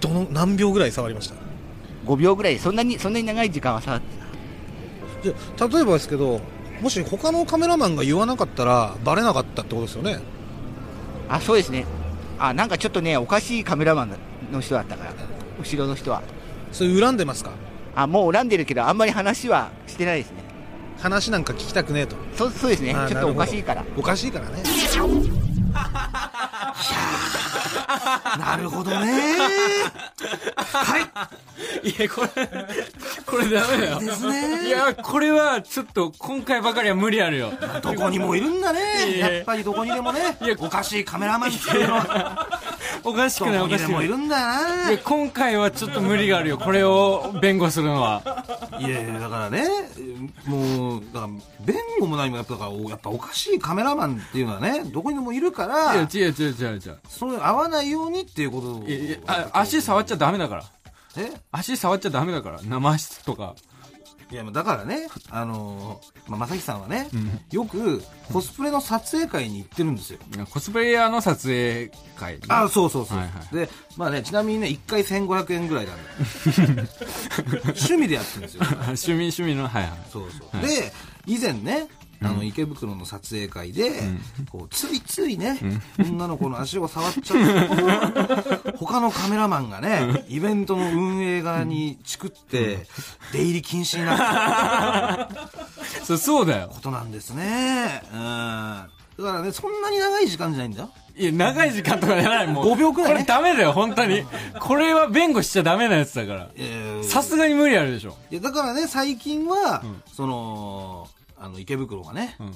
[SPEAKER 4] どの何秒ぐらい触りました
[SPEAKER 3] 5秒ぐらいそんなにそんなに長い時間は触って
[SPEAKER 4] じゃ例えばですけどもし他のカメラマンが言わなかったらバレなかったってことですよね
[SPEAKER 3] あそうですねあなんかちょっとねおかしいカメラマンの人だったから後ろの人は
[SPEAKER 4] それ恨んでますか
[SPEAKER 3] あもう恨んでるけどあんまり話はしてないですね
[SPEAKER 4] 話なんか聞きたくねえと
[SPEAKER 3] そうそうですね
[SPEAKER 4] あ
[SPEAKER 3] ち
[SPEAKER 4] ー
[SPEAKER 3] ょっ
[SPEAKER 4] な
[SPEAKER 3] とお
[SPEAKER 4] るほど
[SPEAKER 3] かしいから
[SPEAKER 4] おかしいからね
[SPEAKER 2] なるほどね。はい
[SPEAKER 1] な。いや、これ、 これダメだよ。
[SPEAKER 2] すね
[SPEAKER 1] いや、これはちょっと今回ばかりは無理あるよ。
[SPEAKER 2] い。 どこにもいるんだね。
[SPEAKER 1] いやいや
[SPEAKER 2] やっぱりどこにでもね
[SPEAKER 1] いや。
[SPEAKER 2] おかしいカメラマンっていうのは、
[SPEAKER 1] おかしく
[SPEAKER 2] ど
[SPEAKER 1] ない、お
[SPEAKER 2] こ
[SPEAKER 1] か
[SPEAKER 2] に
[SPEAKER 1] し
[SPEAKER 2] で
[SPEAKER 1] くな
[SPEAKER 2] も
[SPEAKER 1] い
[SPEAKER 2] い。るんだ
[SPEAKER 1] いや今回はちょっと無理があるよこれを弁護するのは
[SPEAKER 2] な。いやいや、だからね、もう、だから、弁護も何もやっぱ、だからやっぱおかしいカメラマンっていうのはね、どこにでもいるか
[SPEAKER 1] いや
[SPEAKER 2] ら、
[SPEAKER 1] 違う違う違う違う
[SPEAKER 2] そういう合わないようにっていうことを
[SPEAKER 1] いやいやあ足触っちゃダメだから
[SPEAKER 2] え
[SPEAKER 1] 足触っちゃダメだから生足とか
[SPEAKER 2] いや、まあだからね、あのー、まあ、まさきさんはね、よくコスプレの撮影会に行ってるんですよ。
[SPEAKER 1] コスプレイヤーの撮影会
[SPEAKER 2] あ、そうそうそう。
[SPEAKER 1] はいはい
[SPEAKER 2] で、まあね、ちなみにね、1回1500円ぐらいなんで。 趣味でやってるんです よ。
[SPEAKER 1] 趣味趣味のはいはい
[SPEAKER 2] そうそう。で、以前ね、あの、池袋の撮影会で、こう、ついついね、女の子の足を触っちゃう。他のカメラマンがね、イベントの運営側にチクって、出入り禁止になった。
[SPEAKER 1] そうそうだよ
[SPEAKER 2] ことなんですね。うん。だからね、そんなに長い時間じゃないんだよ。
[SPEAKER 1] いや長い時間とかじゃないもう
[SPEAKER 2] 5秒くらいね
[SPEAKER 1] これダメだよ本当にこれは弁護しちゃダメなやつだから
[SPEAKER 2] え
[SPEAKER 1] さすがに無理あるでしょ
[SPEAKER 2] いや、だからね、最近は、その、あの、池袋がね、もう、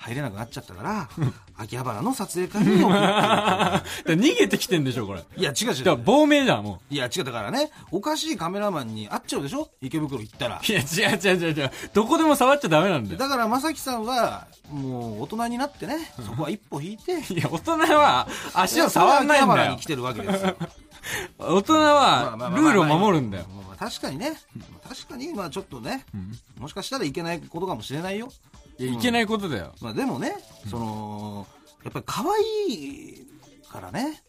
[SPEAKER 2] 入れなくなっちゃったから、秋葉原の撮影会に送ってる
[SPEAKER 1] だから逃げてきてんでしょこれだか
[SPEAKER 2] いや、違う違
[SPEAKER 1] ら
[SPEAKER 2] う。
[SPEAKER 1] 亡命じゃんもう
[SPEAKER 2] いや、違う、だからね、おかしいカメラマンに会っちゃうでしょ池袋行ったら。
[SPEAKER 1] いや違う違う違う違うどこでも触っちゃダメなんだよ
[SPEAKER 2] だから、まさきさんは、もう、大人になってね、そこは一歩引いて、
[SPEAKER 1] いや、大人は足を触らないん
[SPEAKER 2] 秋葉
[SPEAKER 1] だ
[SPEAKER 2] 原
[SPEAKER 1] よ
[SPEAKER 2] に来。てるわけですよ。
[SPEAKER 1] 大人
[SPEAKER 2] まあま
[SPEAKER 1] は
[SPEAKER 2] あまあ
[SPEAKER 1] ルールを守るんだよ。
[SPEAKER 2] まあまあ確かにね。確かに、まあちょっとね、もしかしたらいけないことかもしれないよ。
[SPEAKER 1] いやいけないことだよ。
[SPEAKER 2] まあでもね、その、やっぱり可愛いからね。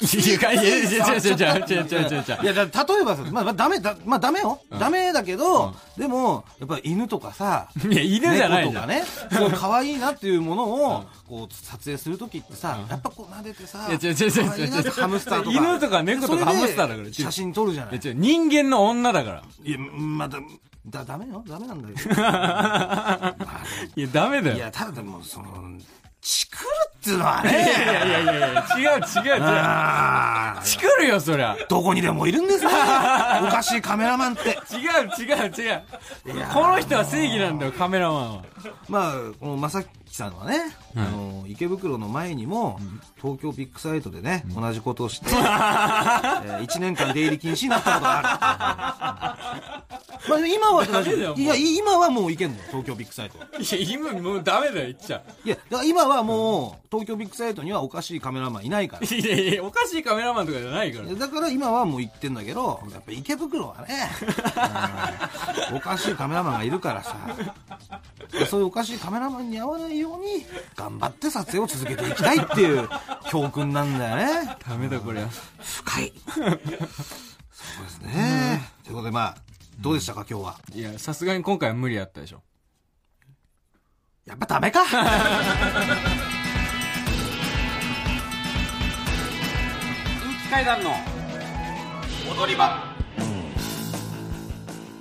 [SPEAKER 1] いや、いや、いや、違う違う違う違う違う違う
[SPEAKER 2] いや、だから例えばさ、まあまあダメだ、まあダメよ。ダメだけど、でも、やっぱり犬とか さ、
[SPEAKER 1] いや、犬じゃないじ
[SPEAKER 2] 猫と
[SPEAKER 1] ゃ
[SPEAKER 2] か
[SPEAKER 1] ん。い
[SPEAKER 2] ね、そう可愛いなっていうものを、こう、撮影するときってさ、やっぱこう撫でてさ、
[SPEAKER 1] や、違う違う
[SPEAKER 2] 可愛いな
[SPEAKER 1] 違
[SPEAKER 2] って
[SPEAKER 1] う。
[SPEAKER 2] ハムスターとか。
[SPEAKER 1] 犬とか猫とかハムスターだから。違
[SPEAKER 2] それ
[SPEAKER 1] う
[SPEAKER 2] で写真撮るじゃない。
[SPEAKER 1] いや違う人間の女だから。
[SPEAKER 2] いや、まあだ、だ、ダメよ。ダメなんだけ ど。ま
[SPEAKER 1] いや、ダメ
[SPEAKER 2] あ
[SPEAKER 1] だ
[SPEAKER 2] い
[SPEAKER 1] よ。
[SPEAKER 2] や、ただでも、その、チクるっていうのはい
[SPEAKER 1] や
[SPEAKER 2] ね、
[SPEAKER 1] いやいやいやいや、違う違う違う。
[SPEAKER 2] あー
[SPEAKER 1] チクるよ、そりゃ。
[SPEAKER 2] どこにでもいる んですね。おかしいカメラマンって。
[SPEAKER 1] 違う違う違う。この人は正義なんだよ、カメラマンは。
[SPEAKER 2] まあ、このまさきさんはね、あの、池袋の前にも、東京ビッグサイトでね、同じことをして、え1年間出入り禁止になったことがある。まあ、今は大
[SPEAKER 1] ダメだ
[SPEAKER 2] 丈
[SPEAKER 1] よ
[SPEAKER 2] 夫。
[SPEAKER 1] もう
[SPEAKER 2] いや、い今はもういけんのよ、東京ビッグサイトは。
[SPEAKER 1] いや、今もうダメだよ、言っちゃ。
[SPEAKER 2] いや、だから今はもう、東京ビッグサイトにはおかしいカメラマンいないから。
[SPEAKER 1] いやいや、おかしいカメラマンとかじゃないから。
[SPEAKER 2] だから今はもう言ってんだけど、やっぱ池袋はね、うんおかしいカメラマンがいるからさ、そういうおかしいカメラマンに会わないように、頑張って撮影を続けていきたいっていう教訓なんだよね。
[SPEAKER 1] ダメだ、これは。
[SPEAKER 2] 深い。そうですね。ということでまあ、どうでしたか今日は。
[SPEAKER 1] いや、さすがに今回は無理やったでしょ。
[SPEAKER 2] やっぱダメか
[SPEAKER 1] 空気階段の踊り場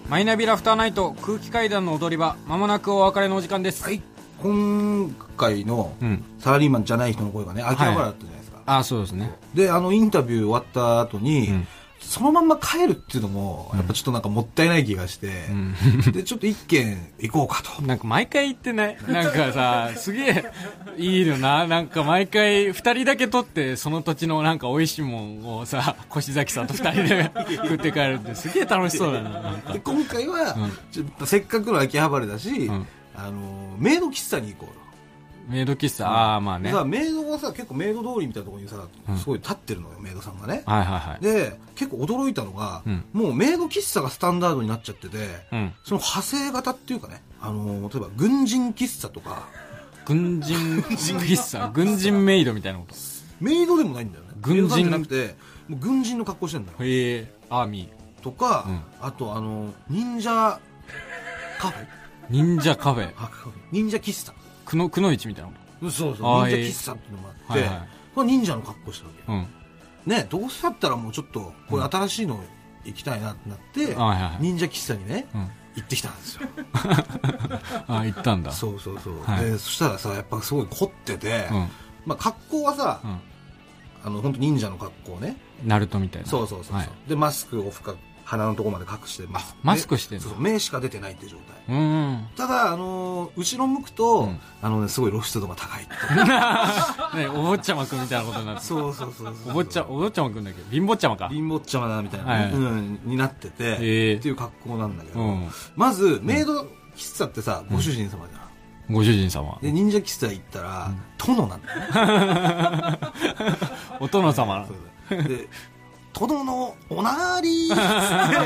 [SPEAKER 1] マイナビラフターナイト空気階段の踊り場まもなくお別れのお時間です、
[SPEAKER 2] はい。今回の
[SPEAKER 1] うん
[SPEAKER 2] サラリーマンじゃない人の声がね、秋葉原だったじゃないですか。
[SPEAKER 1] あそうですね
[SPEAKER 2] で、あの、インタビュー終わった後に、
[SPEAKER 1] うん
[SPEAKER 2] そのまんま帰るっていうのも、やっぱちょっとなんかもったいない気がして、で、ちょっと一軒行こうかと。
[SPEAKER 1] なんか毎回言ってない なんかさすげえいいよななんか毎回二人だけ取ってその土地のなんか美味しいもんをさ越崎さんと二人で 食って帰るってすげえ楽しそうだななんか
[SPEAKER 2] で、今回は、ちょっとせっかくの秋葉原だし、
[SPEAKER 1] ん
[SPEAKER 2] あの、メイド喫茶に行こうよ。
[SPEAKER 1] メイド喫茶ああまあね
[SPEAKER 2] でさ
[SPEAKER 1] はい
[SPEAKER 2] メイドがさ、結構メイド通りみたいなところにさ、すごい立ってるのよ、メイドさんがね。
[SPEAKER 1] はいはい
[SPEAKER 2] で、結構驚いたのが、
[SPEAKER 1] うん
[SPEAKER 2] もうメイド喫茶がスタンダードになっちゃってて、
[SPEAKER 1] うん
[SPEAKER 2] その派生型っていうかね、あの、例えば軍人喫茶とか、
[SPEAKER 1] 軍人喫茶軍人メイドみたいなこと
[SPEAKER 2] メイドでもないんだよね。
[SPEAKER 1] 軍人
[SPEAKER 2] メイドさんじゃなくて、もう軍人の格好してんだよ。
[SPEAKER 1] へえアーミー
[SPEAKER 2] とか、
[SPEAKER 1] う
[SPEAKER 2] あとあの忍者カフェ
[SPEAKER 1] 忍者カフェ
[SPEAKER 2] あカフェ忍者喫茶
[SPEAKER 1] くのくのいちみたいなこ
[SPEAKER 2] そうそう
[SPEAKER 1] あ
[SPEAKER 2] 忍者
[SPEAKER 1] ーえー
[SPEAKER 2] 喫茶っていうのもあって、
[SPEAKER 1] はいはい
[SPEAKER 2] これ忍者の格好したわ
[SPEAKER 1] とうん
[SPEAKER 2] けねどうせだったらもうちょっとこれ新しいの行きたいなってなって、
[SPEAKER 1] はいはい
[SPEAKER 2] 忍者喫茶にね、
[SPEAKER 1] うん
[SPEAKER 2] 行ってきたん ですよ
[SPEAKER 1] あ行ったんだ
[SPEAKER 2] そうそうそう、
[SPEAKER 1] はい
[SPEAKER 2] でそしたらさやっぱすごい凝ってて、
[SPEAKER 1] うん
[SPEAKER 2] まあ、格好はさ、
[SPEAKER 1] うん
[SPEAKER 2] あの本当忍者の格好ね
[SPEAKER 1] ナルトみたいな
[SPEAKER 2] そうそうそうそう、
[SPEAKER 1] はい
[SPEAKER 2] でマスクを深く鼻のところまで隠してます
[SPEAKER 1] マスクしてんの
[SPEAKER 2] そうそう目しか出てないっていう状態
[SPEAKER 1] うーん
[SPEAKER 2] ただ、あのー後ろ向くと、
[SPEAKER 1] うん
[SPEAKER 2] あのね、すごい露出度が高いって。
[SPEAKER 1] ねお坊ちゃまくんみたいなことになってる
[SPEAKER 2] そうそうそう
[SPEAKER 1] お坊ちゃお坊ちゃまくんだっけど貧乏ちゃまか
[SPEAKER 2] 貧乏っちゃまだな、みたいな、ね
[SPEAKER 1] はい
[SPEAKER 2] うん、になってて、
[SPEAKER 1] ええ
[SPEAKER 2] っていう格好なんだけど、
[SPEAKER 1] うん
[SPEAKER 2] まず、メイド喫茶ってさ、ご主人様じゃん。
[SPEAKER 1] ご主人様
[SPEAKER 2] で、忍者喫茶行ったら、殿なんだよね。
[SPEAKER 1] お殿様
[SPEAKER 2] そう で、殿のおなー りーっつって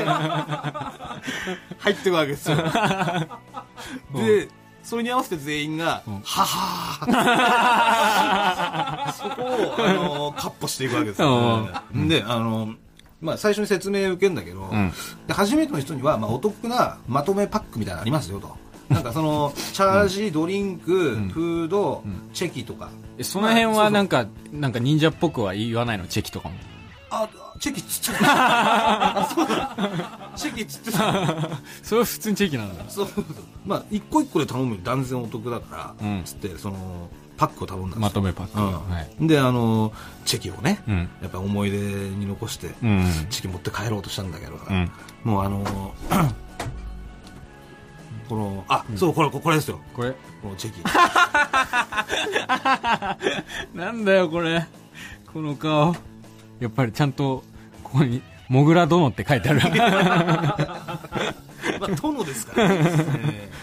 [SPEAKER 2] 入ってくわけです よ。で、それに合わせて全員が、
[SPEAKER 1] ん
[SPEAKER 2] はは ーそこを、あのー、カッポしていくわけですよ。で、あのー、まあ、最初に説明受けんだけど、
[SPEAKER 1] ん
[SPEAKER 2] で初めての人には、まあ、お得なまとめパックみたいなのありますよと。なんかそ の、チャージ、ドリンク、フード、チェキとか。
[SPEAKER 1] えその辺はなんかなんか忍者っぽくは言わないのチェキとかも
[SPEAKER 2] あ、チェキつっ ちゃった。あそうだ。チェキつってた。
[SPEAKER 1] それは普通にチェキなんだ
[SPEAKER 2] そう。まあ、一個一個で頼むより断然お得だか
[SPEAKER 1] う
[SPEAKER 2] ら、
[SPEAKER 1] ん
[SPEAKER 2] つって、その、パックを頼んだんですよ
[SPEAKER 1] まとめパック
[SPEAKER 2] うん
[SPEAKER 1] はい
[SPEAKER 2] で、あの、チェキをね、
[SPEAKER 1] うん
[SPEAKER 2] やっぱ思い出に残して、
[SPEAKER 1] うん
[SPEAKER 2] チェキ持って帰ろうとしたんだけど、
[SPEAKER 1] うん
[SPEAKER 2] もうあの、 この、あ、そう、これ、これですよ。
[SPEAKER 1] これ
[SPEAKER 2] このチェ キ。
[SPEAKER 1] なんだよこれこの顔やっぱりちゃんとここに「もぐら殿」って書いてあ る
[SPEAKER 2] まあ、殿ですから ね。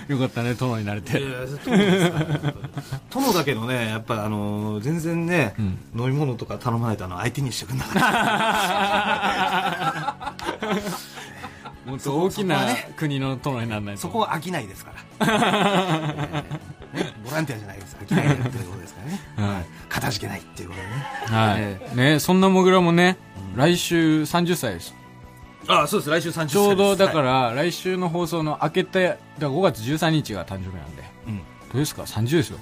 [SPEAKER 2] え
[SPEAKER 1] よかったね殿になれ
[SPEAKER 2] えい
[SPEAKER 1] て
[SPEAKER 2] や殿ですから殿だけどね、やっぱあの全然ね、
[SPEAKER 1] ん
[SPEAKER 2] 飲み物とか頼まないとあの相手にしてくんなかった。
[SPEAKER 1] もっと大きな
[SPEAKER 2] そこはね
[SPEAKER 1] 国の殿にならないと
[SPEAKER 2] そこは飽きないです から。ええね、ボランティアじゃないです。飽きないということですからね。はい。かたじけないっていうことでね。
[SPEAKER 1] はいねそんなもぐらもね来週30歳です
[SPEAKER 2] あそうです。来週30歳
[SPEAKER 1] ちょうどだから来週の放送の明けてだから5月13日が誕生日なんで
[SPEAKER 2] い、
[SPEAKER 1] どうですか30ですよ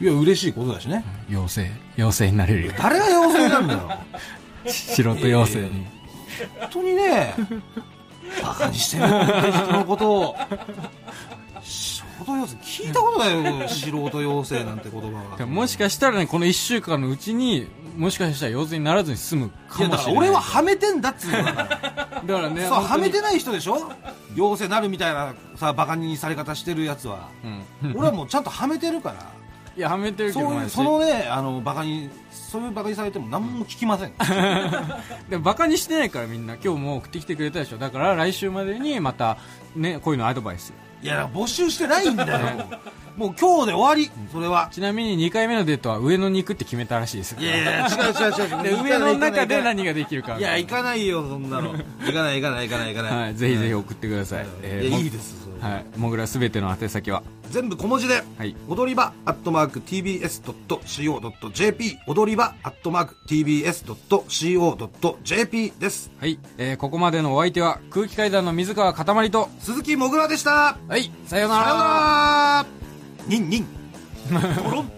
[SPEAKER 2] や、嬉しいことだしね。
[SPEAKER 1] 妖精妖精になれる よ
[SPEAKER 2] 誰が妖精なんだよ。
[SPEAKER 1] 素人妖精に
[SPEAKER 2] 本当にね、バカにしてる人のこと を。素人妖精、聞いたことないよ、素人妖精なんて言葉
[SPEAKER 1] で
[SPEAKER 2] が。
[SPEAKER 1] ももしかしたらねこの1週間のうちにもしかしたら妖精にならずに済む
[SPEAKER 2] い
[SPEAKER 1] か
[SPEAKER 2] や、
[SPEAKER 1] も
[SPEAKER 2] だ
[SPEAKER 1] しれ
[SPEAKER 2] か
[SPEAKER 1] ない
[SPEAKER 2] ら俺ははめてんだっつうのだから。
[SPEAKER 1] だからね
[SPEAKER 2] そうはめて
[SPEAKER 1] な
[SPEAKER 2] ない人でしょ妖精なるみたいなさバカにされ方してるやつは、
[SPEAKER 1] ん
[SPEAKER 2] 俺はもうちゃんとはめてるから
[SPEAKER 1] いやはめてるけど
[SPEAKER 2] そう
[SPEAKER 1] ま
[SPEAKER 2] い
[SPEAKER 1] あ
[SPEAKER 2] うそのねあのバカにそういうバカにされても何も聞きません、
[SPEAKER 1] でもバカにしてないからみんな今日もう送ってきてくれたでしょだから来週までにまたねこういうのアドバイス
[SPEAKER 2] いやだから募集してないんだよもうもう今日で終わりそれは
[SPEAKER 1] ちなみに2回目のデートは上野に行くって決めたらしいです
[SPEAKER 2] いやいや違う違
[SPEAKER 1] で
[SPEAKER 2] う違う
[SPEAKER 1] 上野の中で
[SPEAKER 2] い
[SPEAKER 1] 何ができるか
[SPEAKER 2] や行かないよそんなの行かない行かない行かない行かない、
[SPEAKER 1] はい、ぜひぜひ送ってください、えー
[SPEAKER 2] い
[SPEAKER 1] も
[SPEAKER 2] やいいですそれ
[SPEAKER 1] はいもぐらすべての宛先は
[SPEAKER 2] 全部小文字で、
[SPEAKER 1] はい
[SPEAKER 2] 踊り場アットマーク TBS.CO.JP 踊り場アットマーク TBS.CO.JP です
[SPEAKER 1] はい、えーここまでのお相手は空気階段の水川かたまりと
[SPEAKER 2] 鈴木もぐらでした
[SPEAKER 1] はいさような
[SPEAKER 2] さよう
[SPEAKER 1] ら
[SPEAKER 2] ならニンニンドロン